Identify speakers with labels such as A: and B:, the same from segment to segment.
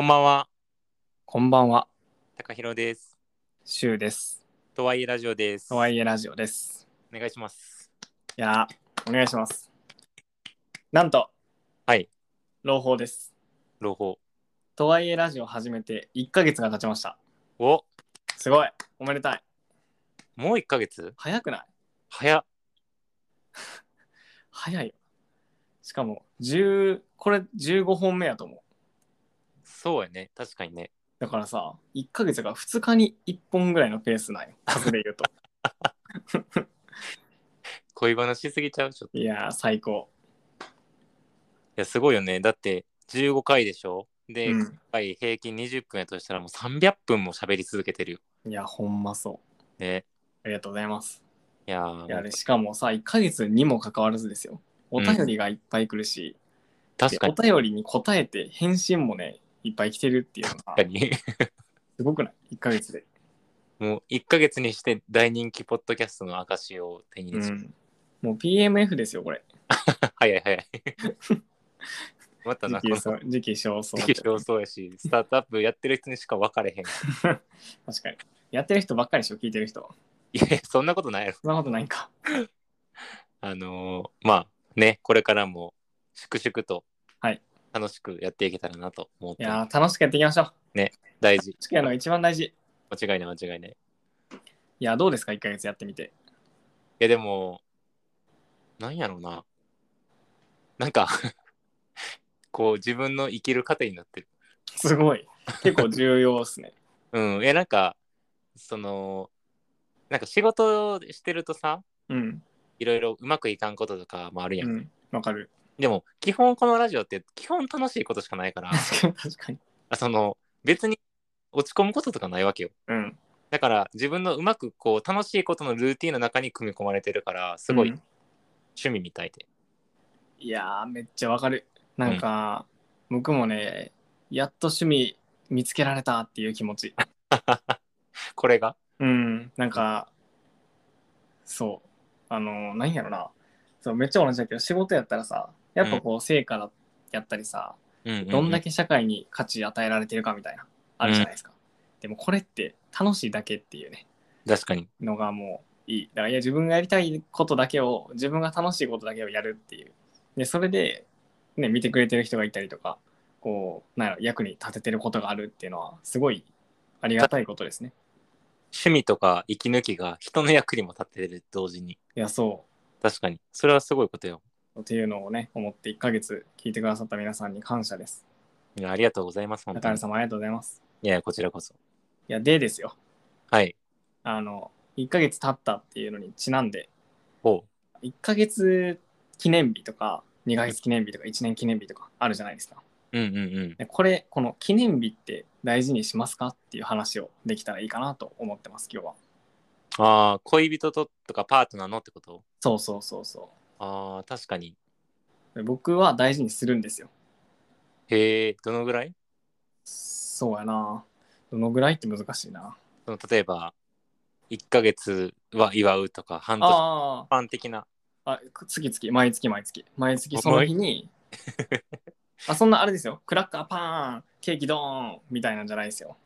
A: んばんは、
B: こんばんは、
A: 高弘です。
B: シュウです。
A: とはいえラジオです。
B: とはいえラジオです。
A: お願いします。
B: いやー、お願いします。なんと、
A: はい、
B: 朗報です。
A: 朗報。
B: とはいえラジオ始めて1ヶ月が経ちました。
A: お
B: すごい、おめでたい。
A: もう1ヶ月
B: 早くない
A: 早っ。
B: 早いよ。しかも、10、これ15本目やと思う。
A: そうやね。確かにね。
B: だからさ、1ヶ月が2日に1本ぐらいのペースなんよ。数で 言うと。
A: 恋話しすぎちゃう。ちょっと。い
B: いやー、最高。
A: や、すごいよね。だって、15回でしょで、
B: う
A: 1
B: ん
A: 回平均20分やとしたらもう300分も喋り続けてるよ。
B: いや、ほんまそう。
A: ね。
B: ありがとうございます。
A: いやー
B: いやあれしかもさ1ヶ月にもかかわらずですよお便りがいっぱい来るし、
A: 確かに。
B: でお便りに答えて返信もねいっぱい来てるっていうのが
A: 確かに。
B: すごくない1ヶ月で、
A: もう1ヶ月にして大人気ポッドキャストの証を手に入れちゃう。
B: もう PMF ですよこれ
A: 早い早い。 またな、こ
B: 時
A: の
B: 期そう時期尚早
A: 時期尚早やし、スタートアップやってる人にしか分かれへん。
B: 確かにやってる人ばっかりでしょ聞いてる人
A: いやいや、そんなことないやろ。
B: そんなこ とないんか
A: あのーまあね、これからも粛々と
B: はい
A: 楽しくやっていけたらなと思っ
B: い
A: てます、
B: やー楽しくやっていきましょう
A: 大事。
B: 地球の一番大事
A: 間違いない間違いない。い
B: いやどうですか1ヶ月やってみて
A: や、でも、なんやろうな。なんか、 こう自分の生きる糧になってる。
B: すごい結構重要っすね
A: うん。いや、なんか、その、なんか仕事してるとさ、
B: うん
A: いろいろうまくいかんこととかもあるや。
B: うんんわかる
A: でも、基本このラジオって、基本楽しいことしかないから、
B: 確かに
A: あその、別に落ち込むこととかないわけよ。
B: うん
A: だから自分のうまくこう楽しいことのルーティンの中に組み込まれてるからすごい
B: うん
A: 趣味みたいで。
B: いやーめっちゃわかるなんか、僕もねやっと趣味見つけられたっていう気持ち
A: これが
B: うんなんかそうあのなんやろなそうめっちゃ同じだけど仕事やったらさやっぱこう成果だやったりさ、どんだ
A: け
B: け社会に価値与えられてるかみたいなあるじゃないですか、でもこれって楽しいだけっていうね
A: 確かに。
B: のがもういいだからいや自分がやりたいことだけを自分が楽しいことだけをやるっていうでそれで、ね、見てくれてる人がいたりとかこうなんやろ役に立ててることがあるっていうのはすごいありがたいことですね
A: 趣味とか息抜きが人の役にも立ってる同時に。
B: いやそ
A: 確かに。それはすごいことよ。
B: うっていうのをね思って1ヶ月聞いてくださった皆さんに感謝です
A: いやありがとうございます。本
B: 中
A: 当に
B: 原さんもありがとうございます
A: いやこちらこそ。
B: いやでですよ
A: はい。
B: あの1ヶ月経ったっていうのにちなんで
A: ほ
B: 1ヶ月記念日とか2ヶ月記念日とか1年記念日とかあるじゃないですか
A: う。うんうんうん。
B: でこれこの記念日って大事にしますかっていう話をできたらいいかなと思ってます今日は
A: ああ恋人ととかパートナーのってこと
B: そうそうそうそ
A: ああ確かに。
B: うで僕は大事にするんですよ
A: へえどのぐらい
B: そうやなどのぐらいって難しいな
A: その例えば1ヶ月は祝うとか半年
B: あ
A: 一般的な。
B: ああ月々毎月毎月毎月その日に あそんなあれですよクラッカーパーンケーキドーンみたいなんじゃないですよ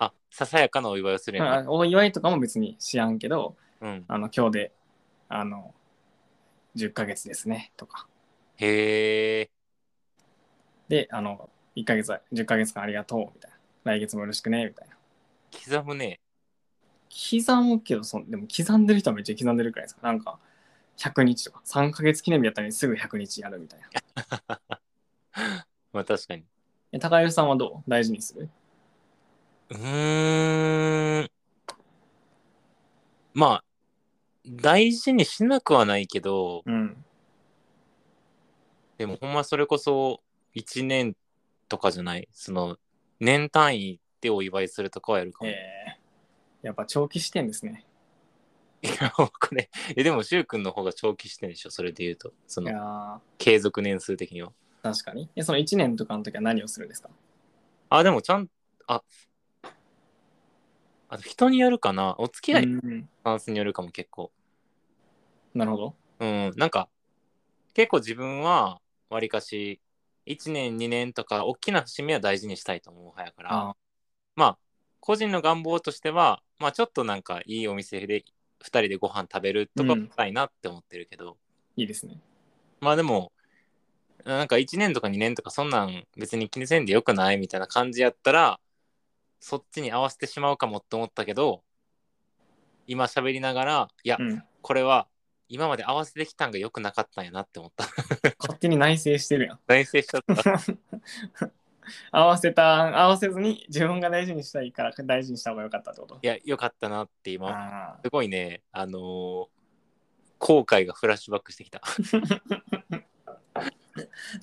A: あささやかなお祝いをするんや
B: あ
A: ね。
B: お祝いとかも別にしやんけど
A: うん。
B: あの今日であの10ヶ月ですねとか
A: へえ、
B: で、あの、1ヶ月は、10ヶ月間ありがとう、みたいな。来月もよろしくね、みたいな。
A: 刻むね。
B: 刻むけど、そんでも刻んでる人はめっちゃ刻んでるくらいですか。なんか、100日とか、3ヶ月記念日やったのにすぐ100日やるみたいな。
A: まあ確かに。
B: え高弘さんはどう大事にする
A: うーん。まあ、大事にしなくはないけど、
B: うん。
A: でもほんまそれこそ1年とかじゃない。その、年単位でお祝いするとかはやるかも。
B: えー、やっぱ長期視点ですね。
A: いや、 これ、えでも、しゅうくんの方が長期してんでしょ、それで言うと。そ
B: いや
A: の、
B: ー
A: 継続年数的には。
B: 確かに。え、その1年とかの時は何をするんですか
A: あ、でも、ちゃん、あ、あ人によるかな。お付き合いの
B: うん
A: スタンスによるかも結構。
B: なるほど。
A: うん、なんか結構自分はわりかし1年2年とか大きな節目は大事にしたいと思う派やから
B: あ
A: まあ個人の願望としてはまあちょっとなんかいいお店で2人でご飯食べるとか
B: うん
A: したいなって思ってるけど、
B: いいですね。
A: まあでもなんか1年とか2年とかそんなん別に気にせんでよくないみたいな感じやったらそっちに合わせてしまうかもって思ったけど今喋りながらいや、
B: うん。
A: これは今まで合わせてきたんが良くなかったんやなって思った
B: 勝手に内省してるやん。
A: 内省しちゃった
B: 合わせた、合わせずに自分が大事にしたいから大事にした方が良かったってこと
A: い。や、良かったなって今、
B: あ
A: すごいね、あのー後悔がフラッシュバックしてきた。
B: ー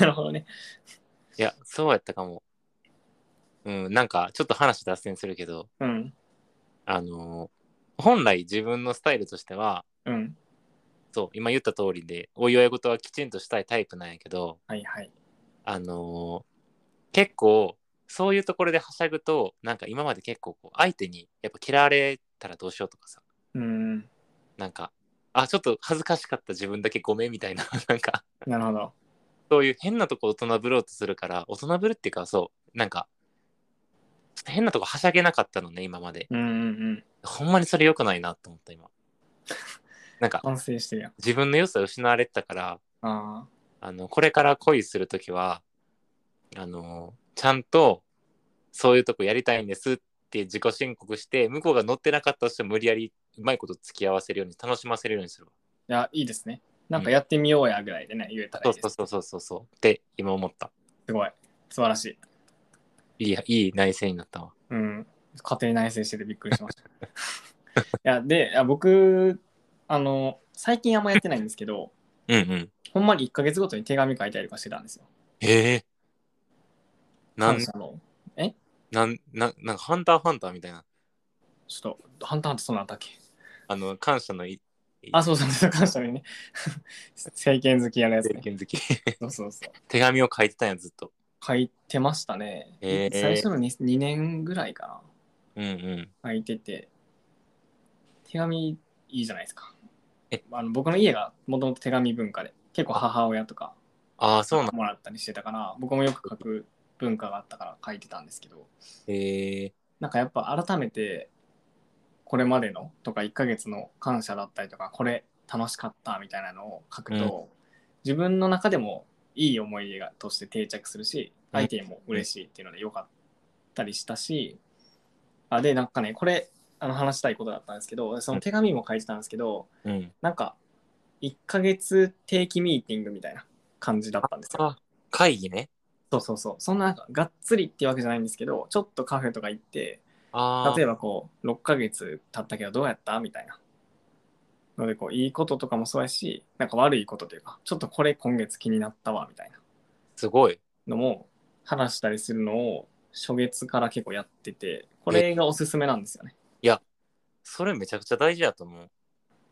B: な るほどね。
A: いや、そうやったかも。うん、なんか、ちょっと話脱線するけど、
B: うん。
A: あのー本来自分のスタイルとしては、
B: うん。
A: そう、今言った通りで、お祝い事はきちんとしたいタイプなんやけど、
B: はいはい。
A: あのー結構、そういうところではしゃぐと、なんか今まで結構こう、相手にやっぱ嫌われたらどうしようとかさ、
B: うん。
A: なんか、あ、ちょっと恥ずかしかった自分だけごめんみたいな、 なんか、
B: なるほど。
A: そういう変なとこ大人ぶろうとするから、大人ぶるっていうか、そう、なんか、ちょっと変なとこはしゃげなかったのね、今まで。
B: うんうんうん。
A: ほんまにそれ良くないなと思った、今。なんか、
B: 反省してるやん。
A: 自分の良さ失われてたから、
B: あ
A: あの、これから恋するときは、あの、ちゃんと、そういうとこやりたいんですって自己申告して、向こうが乗ってなかったとしても無理やり、うまいこと付き合わせるように、楽しませるようにするわ。
B: あ。いや、いいですね。なんかやってみようやぐらいでね、言えたら
A: そ
B: いういです。
A: そうそうそうそう。って、今思った。
B: すごい。素晴らしい。
A: いい、いい内省になったわ。
B: うん。家庭内省しててびっくりしました。いや、 で、いや僕、あの、最近あんまやってないんですけど、
A: うんうん。
B: ほんまに1ヶ月ごとに手紙書いたりとかしてたんですよ。
A: へえ。なん
B: 感、謝の。
A: なん、なん、なんか、ハンターハンターみたいな。
B: ちょっと、ハンターハンターそうなんだっけ
A: あの、感謝のい
B: あ、そうそうそう、感謝のね。 政権好きやるやつ
A: 経
B: ね。
A: 験好 き。
B: そうそうそう。
A: 手紙を書いてたんや、ずっと。
B: 書いてましたね。
A: へー
B: 最初の 2, 2年ぐらいか
A: うんうん。
B: な。書いてて。手紙いいじゃないですか
A: え。
B: あの僕の家がもともと手紙文化で、結構母親とか
A: ああ、そうなん。
B: もらったりしてたから、僕もよく書く文化があったから書いてたんですけど、
A: へえ。
B: なんかやっぱ改めて、これまでのとか1ヶ月の感謝だったりとか、これ楽しかったみたいなのを書くと、自分の中でもいい思い出がとして定着するし、
A: うん
B: 相手も嬉しいっていうので良かったりしたし、あで、なんかね、これあの話したいことだったんですけど、その手紙も書いてたんですけど、
A: うん。
B: なんか1ヶ月定期ミーティングみたいな感じだったんですよ。
A: あ、会議ね。
B: そうそうそう。そんななんかがっつりっていうわけじゃないんですけど、ちょっとカフェとか行って、
A: ああ。
B: 例えばこう、6ヶ月経ったけどどうやったみたいな。ので、こう、いいこととかもそうやし、なんか悪いことというか、ちょっとこれ今月気になったわ、みたいな
A: すごい。
B: のも話したりするのを初月から結構やってて、これがおすすめなんですよね。
A: それめちゃくちゃ大事やと思う。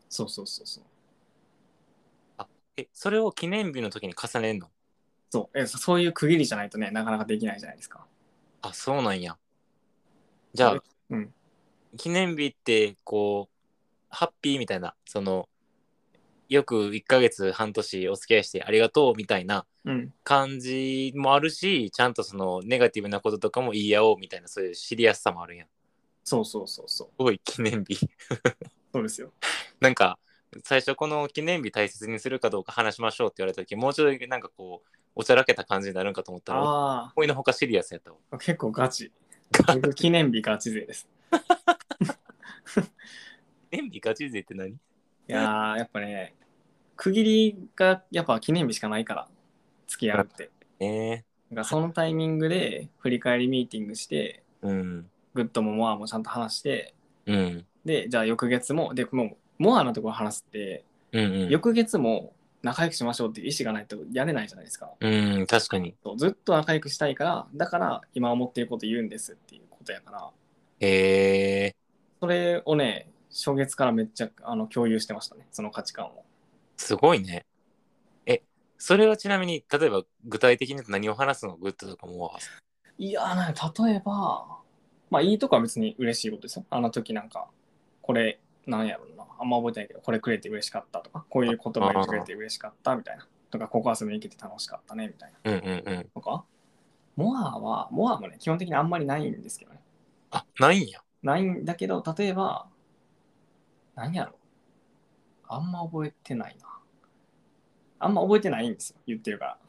B: そうそうそうそう。
A: え、それを記念日の時に重ねんの
B: そう、えそそういう区切りじゃないとね、なかなかできないじゃないですか。
A: あ、そうなんや。じゃあ、
B: うん。
A: 記念日って、こう、ハッピーみたいな、その、よく1ヶ月、半年お付き合いしてありがとうみたいな
B: うん。
A: 感じもあるしちゃんとそのネガティブなこととかも言い合おうみたいなそういうシリアスさもあるやんす
B: そうそうそうそう。
A: ごい記念日
B: そうですよ。
A: なんか最初この記念日大切にするかどうか話しましょうって言われた時もうちょいなんかこうおちゃらけた感じになるんかと思ったら
B: あ
A: 思いのほかシリアスやったわ
B: あ、結構ガチ。僕記念日ガチ勢です。
A: 記念日ガチ勢って何
B: いやーやっぱね区切りがやっぱ記念日しかないから付き合うって
A: ね
B: なんかそのタイミングで振り返りミーティングして
A: えうん
B: グッドもモアもちゃんと話して
A: うん
B: でじゃあ翌月もでもうモアのところ話すって
A: うんうん
B: 翌月も仲良くしましょうっていう意思がないとやれないじゃないですか
A: うん確かに
B: そうずっと仲良くしたいからだから今思っていること言うんですっていうことやから
A: へえ
B: それをね初月からめっちゃあの共有してましたねその価値観を
A: すごいねえそれはちなみに例えば具体的に言うと何を話すのグッドとかも
B: いやーなんか例えば、まあいいとこは別に嬉しいことですよ。あの時なんか、これ、なんやろうな、あんま覚えてないけど、これくれて嬉しかったとか、こういう言葉言ってくれて嬉しかったみたいな。とか、ここ遊びに行けて楽しかったね、みたいな。
A: うんうんうん。
B: とか、モアは、モアもね、基本的にあんまりないんですけどね。
A: あ、ないんや。
B: ないんだけど、例えば、何やろあんま覚えてないな。あんま覚えてないんですよ、言ってるか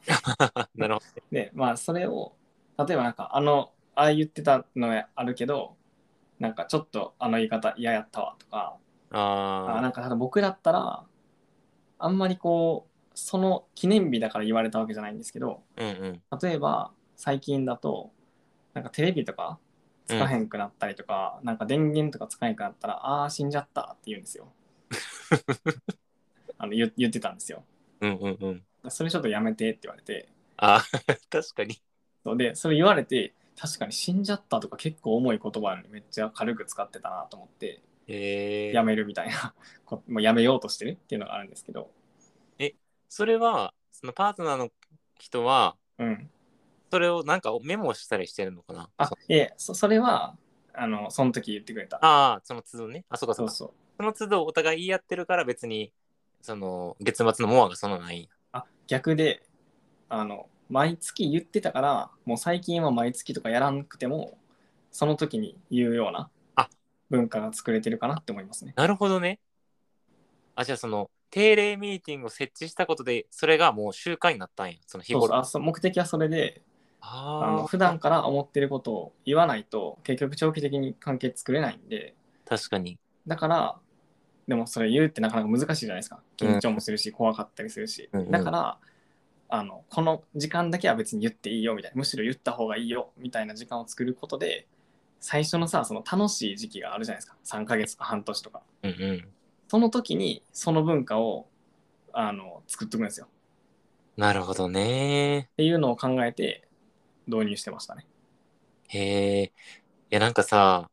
B: ら。
A: なるほど。
B: で、まあ、それを、例えばなんか、あの、ああ言ってたのあるけど、なんかちょっとあの言い方嫌やったわとか、あ
A: あ
B: な
A: あ
B: んかただ僕だったらあんまりこうその記念日だから言われたわけじゃないんですけど
A: うんうん。
B: 例えば最近だとなんかテレビとかつかへんくなったりとか、なんか電源とかつかへんくなったらああー死んじゃったって言うんですよあの言言ってたんですよ
A: うんうんうん。
B: それちょっとやめてって言われて
A: あー 確かに。
B: そうでそれ言われて確かに死んじゃったとか結構重い言葉なのにめっちゃ軽く使ってたなと思って
A: えー、
B: やめるみたいな、 こもうやめようとしてるっていうのがあるんですけど
A: それは、そのパートナーの人は、
B: うん
A: それをなんかメモしたりしてるのかな
B: あ
A: そ、
B: いえ、そそれは、あの、その時言ってくれた。
A: ああ、その都度ね。あ、そうかそ
B: そうう
A: か。
B: そう。
A: その都度お互い言い合ってるから別に、その月末のモアがそんなのないんや。
B: あ、逆で、あの、毎月言ってたから、もう最近は毎月とかやらなくても、その時に言うような
A: あ
B: 文化が作れてるかなって思いますね。
A: なるほどね。あ、じゃあその定例ミーティングを設置したことで、それがもう習慣になったんや。その日
B: そうそう
A: 頃。
B: あそう目的はそれであ
A: あ
B: の
A: あ、
B: 普段から思ってることを言わないと結局長期的に関係作れないんで
A: 確かに。
B: だからでもそれ言うってなかなか難しいじゃないですか
A: うん
B: 緊張もするし、怖かったりするし、
A: うんうん
B: だからあのこの時間だけは別に言っていいよみたいなむしろ言った方がいいよみたいな時間を作ることで最初のさその楽しい時期があるじゃないですか3ヶ月とか半年とか
A: うんうん。
B: その時にその文化をあの作っておくんですよ
A: なるほどね
B: っ。ていうのを考えて導入してましたね
A: へえ。いや、なんかさ、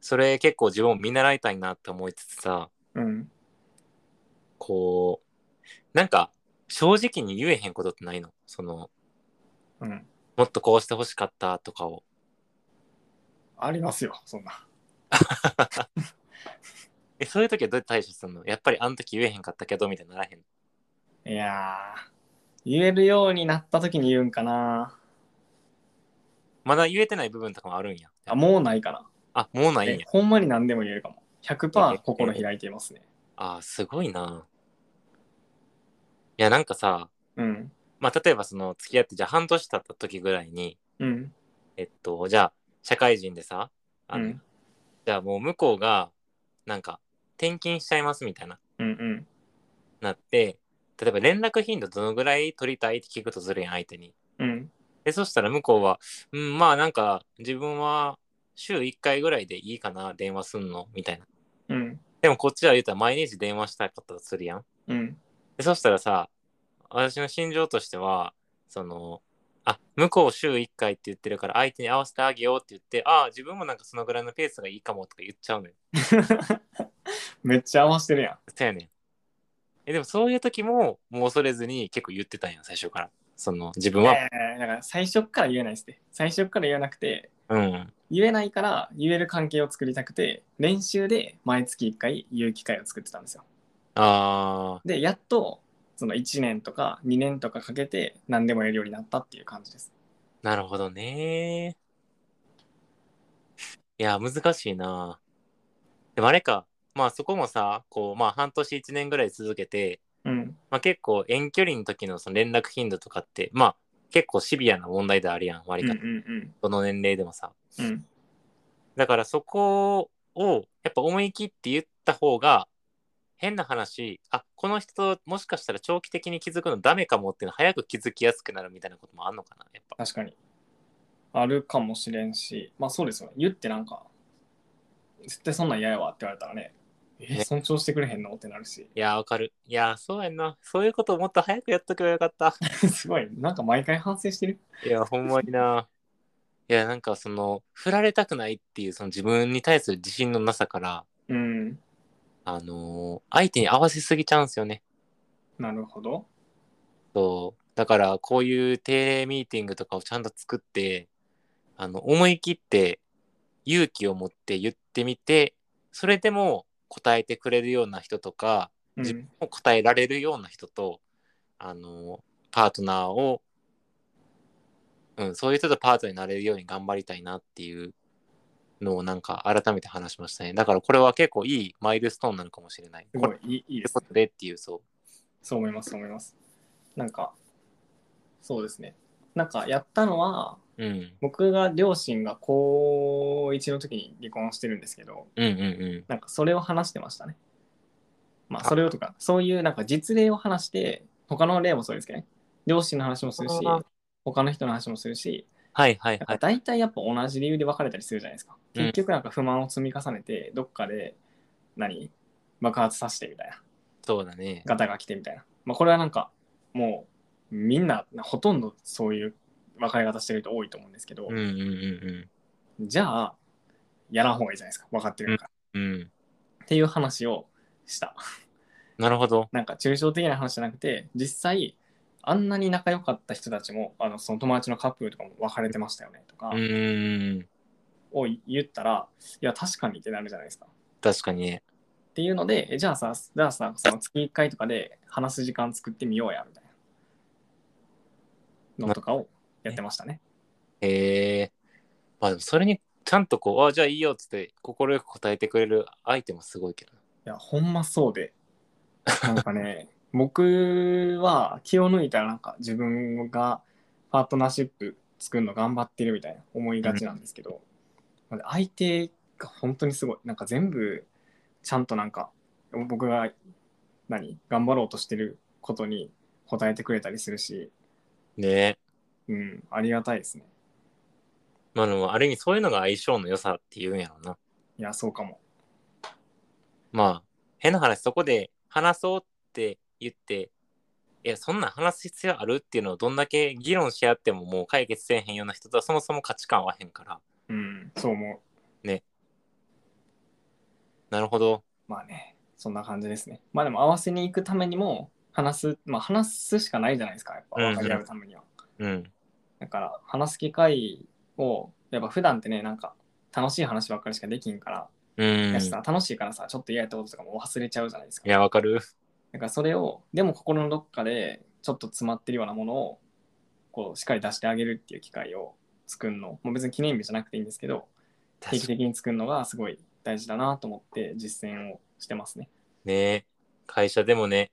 A: それ結構自分も見習いたいなって思いつつさ、
B: うん
A: こう、なんか正直に言えへんことってないのその、
B: うん
A: もっとこうしてほしかったとかを。
B: ありますよそんな
A: え、そういう時はどうやって対処するのやっぱりあの時言えへんかったけど、みたいにならへん。
B: いやー言えるようになった時に言うんかな
A: まだ言えてない部分とかもあるんや。
B: あもうないかな
A: あ、もうないんや
B: え。ほんまに何でも言えるかも。100%心開いていますね。
A: あーすごいな。いや、なんかさ、
B: うん。
A: まあ、例えばその付き合って、じゃあ半年経った時ぐらいに、
B: うん。
A: えっと、じゃあ、社会人でさ、
B: う
A: あの
B: ん。
A: じゃあもう向こうが、なんか、転勤しちゃいますみたいな、
B: うん。うん。
A: なって、例えば連絡頻度どのぐらい取りたいって聞くとずるやん、相手に。
B: うん。
A: で、そしたら向こうは、うん、まあなんか、自分は週1回ぐらいでいいかな、電話すんの、みたいな。
B: うん。
A: でもこっちは言うたら毎日電話したかったとするやん。
B: うん。
A: でそしたらさ私の心情としてはそのあ向こう週1回って言ってるから相手に合わせてあげようって言ってああ自分もなんかそのぐらいのペースがいいかもとか言っちゃうのよ。
B: めっちゃ合わせてるやん。
A: そうやねん。えでもそういう時ももう恐れずに結構言ってたんや最初から。その自分は、
B: えーだから最初っから言えないですね。最初っから言えなくて、
A: うん
B: 言えないから言える関係を作りたくて、練習で毎月1回言う機会を作ってたんですよ。
A: あー
B: で、やっと、その1年とか2年とかかけて何でも言えるようになったっていう感じです。
A: なるほどねいや難しいなでもあれかまあそこもさこうまあ半年1年ぐらい続けて
B: うん。
A: まあ、結構遠距離の時のその連絡頻度とかって、まあ、結構シビアな問題であるやん、
B: う
A: 割
B: んう
A: と、
B: ん
A: どの年齢でもさ。
B: うん。うん。
A: だからそこを、やっぱ思い切って言った方が、変な話、あ、この人ともしかしたら長期的に気づくのダメかもっていうの早く気づきやすくなるみたいなこともあんのかな、やっぱ。
B: 確かに。あるかもしれんし、まあそうですよね。言ってなんか、絶対そんなん嫌やわって言われたらね、え
A: ね
B: 尊重してくれへんのってなるし、
A: いやー、わかる。いやー、そうやんな。そういうことをもっと早くやっとけばよかった。
B: すごい、なんか毎回反省してる。
A: いや、ほんまにな。いや、なんかその、振られたくないっていう、その自分に対する自信のなさから、
B: うん、
A: あのー相手に合わせすぎちゃうんですよね。
B: なるほど。
A: そう。だから、こういう定例ミーティングとかをちゃんと作って、あの、思い切って、勇気を持って言ってみて、それでも答えてくれるような人とか、
B: う
A: 自
B: ん
A: 分、も答えられるような人と、あのパートナーを、うん、そういう人とパートナーになれるように頑張りたいなっていうのをなんか改めて話しましたねだからこれは結構いいマイルストーンなのかもしれない
B: す
A: こ
B: ご
A: れ
B: いいいいい
A: っ
B: で
A: て
B: す
A: こ
B: ね
A: とでっていうそ
B: そう思いますそう思いますなんかそうですねなんかやったのは
A: う、うん、
B: 僕が両親が高1の時に離婚してるんですけど
A: うんうんうん
B: なんかそれを話してましたねまあ
A: あ
B: それをとかそういうなんか実例を話して他の例もそうですけどね両親の話もするし
A: あー
B: 他の人の話もするし
A: はいはいは
B: なんか
A: い
B: 大体やっぱ同じ理由で別れたりするじゃないですか。
A: うん
B: 結局なんか不満を積み重ねて、どっかで何爆発させてみたいな、
A: そうだね
B: ガタが来てみたいな。まあこれはなんかもうみんなほとんどそういう別れ方してる人多いと思うんですけど、
A: うんうんうん
B: じゃあやらん方がいいじゃないですか。分かってるから。
A: うんうん
B: っていう話をした。
A: なるほど
B: なんか抽象的な話じゃなくて、実際あんなに仲良かった人たちも、あのその友達のカップルとかも別れてましたよねとか
A: うんうんうん
B: を言ったら、いや確かにってなるじゃないですか。
A: 確かにね
B: っていうので、えじゃあさ、じゃあさ、その月1回とかで話す時間作ってみようや、みたいなのとかをやってましたね。
A: へえまあでもそれにちゃんとこうあじゃあいいよっつって快く答えてくれる相手もすごいけどない
B: や、ほんまそうで。なんかね、僕は気を抜いたらなんか自分がパートナーシップ作るの頑張ってるみたいな思いがちなんですけど、なんか相手が本当にすごい。なんか全部、ちゃんとなんか、僕が何頑張ろうとしてることに答えてくれたりするし、
A: ね
B: うん、ありがたいですね。
A: まあでもある意味そういうのが相性の良さっていうんやろうない
B: や、そうかも。
A: まあ変な話そこで話そうって言っていやそんなん話す必要あるっていうのをどんだけ議論し合ってももう解決せえへんような人とはそもそも価値観合わへんから
B: うん、そう思
A: なるほど
B: う。まあね、そんな感じですね。まあでも、合わせに行くためにも、話す、まあ話すしかないじゃないですか、やっぱ、
A: うんうん
B: 分かり合うためには。
A: うん
B: だから、話す機会を、やっぱ普段ってね、なんか、楽しい話ばっかりしかできんから、
A: うん
B: やしさ楽しいからさ、ちょっと嫌やったこととかも忘れちゃうじゃないですか
A: い。やわかる
B: だからそれを、でも心のどっかで、ちょっと詰まってるようなものを、こう、しっかり出してあげるっていう機会を作るの、もう別に記念日じゃなくていいんですけど、定期
A: 確かに
B: 的に作るのがすごい大事だなと思って実践をしてますね。
A: ね会社でもね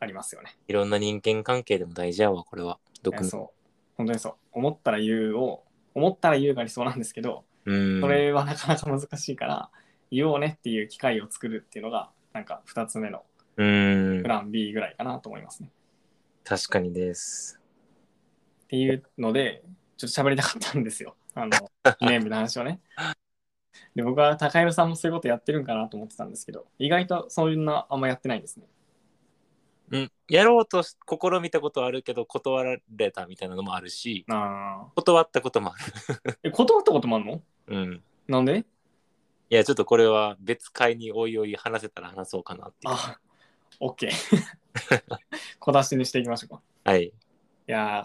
B: ありますよね。
A: いろんな人間関係でも大事やわこれは
B: え
A: 毒の
B: そう。本当にそう。思ったら言うを、思ったら言うが理想なんですけど、
A: うん
B: それはなかなか難しいから、言おうねっていう機会を作るっていうのが、なんか2つ目の
A: うん
B: プラン B ぐらいかなと思いますね。
A: 確かにです
B: っていうので、ちょっと喋りたかったんですよ。あの、記念日の話をね。で、僕は高弘さんもそういうことやってるんかなと思ってたんですけど、意外とそういうのあんまやってないんですね。
A: うん、やろうとし試みたことはあるけど断られたみたいなのもあるし
B: あ
A: 断ったこともあ
B: あ。え、断ったこともあるの
A: る、うん、
B: なんで
A: いやちょっとこれは別会においおい話せたら話そうかなっていう
B: あ、OK。小出しにしていきましょうか。
A: はい
B: いや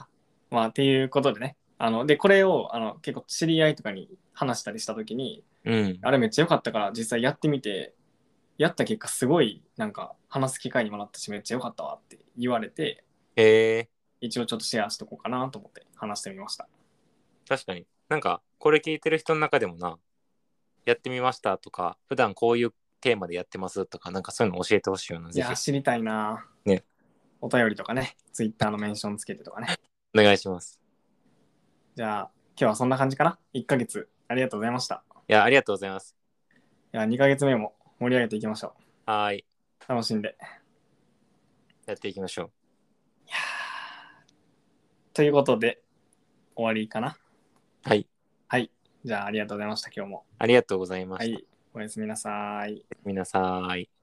B: ーまあ、っていうことでね。あの、で、これを、あの、結構知り合いとかに話したりしたときに、
A: うん
B: あれめっちゃ良かったから、実際やってみて、やった結果、すごい、なんか、話す機会にもなったし、めっちゃ良かったわって言われて、
A: へえ
B: 一応ちょっとシェアしとこうかなと思って話してみました。
A: 確かになんかこれ聞いてる人の中でもなやってみましたとか普段こういうテーマでやってますとかなんかそういうの教えてほしいよないぜひ
B: やー、知りたいなー
A: ね。
B: お便りとかね、ツイッターのメンションつけてとかね。
A: お願いします
B: じゃあ、今日はそんな感じかな。1ヶ月、ありがとうございました。
A: いやありがとうございます
B: いや、2ヶ月目も盛り上げていきましょ。
A: はーいう
B: 楽しんで。
A: やっていきましょう
B: ということで、終わりかな。
A: はい
B: はい。じゃあ、ありがとうございました、今日も。
A: ありがとうございま
B: は
A: した、
B: い。おやすみなさい。
A: 皆さん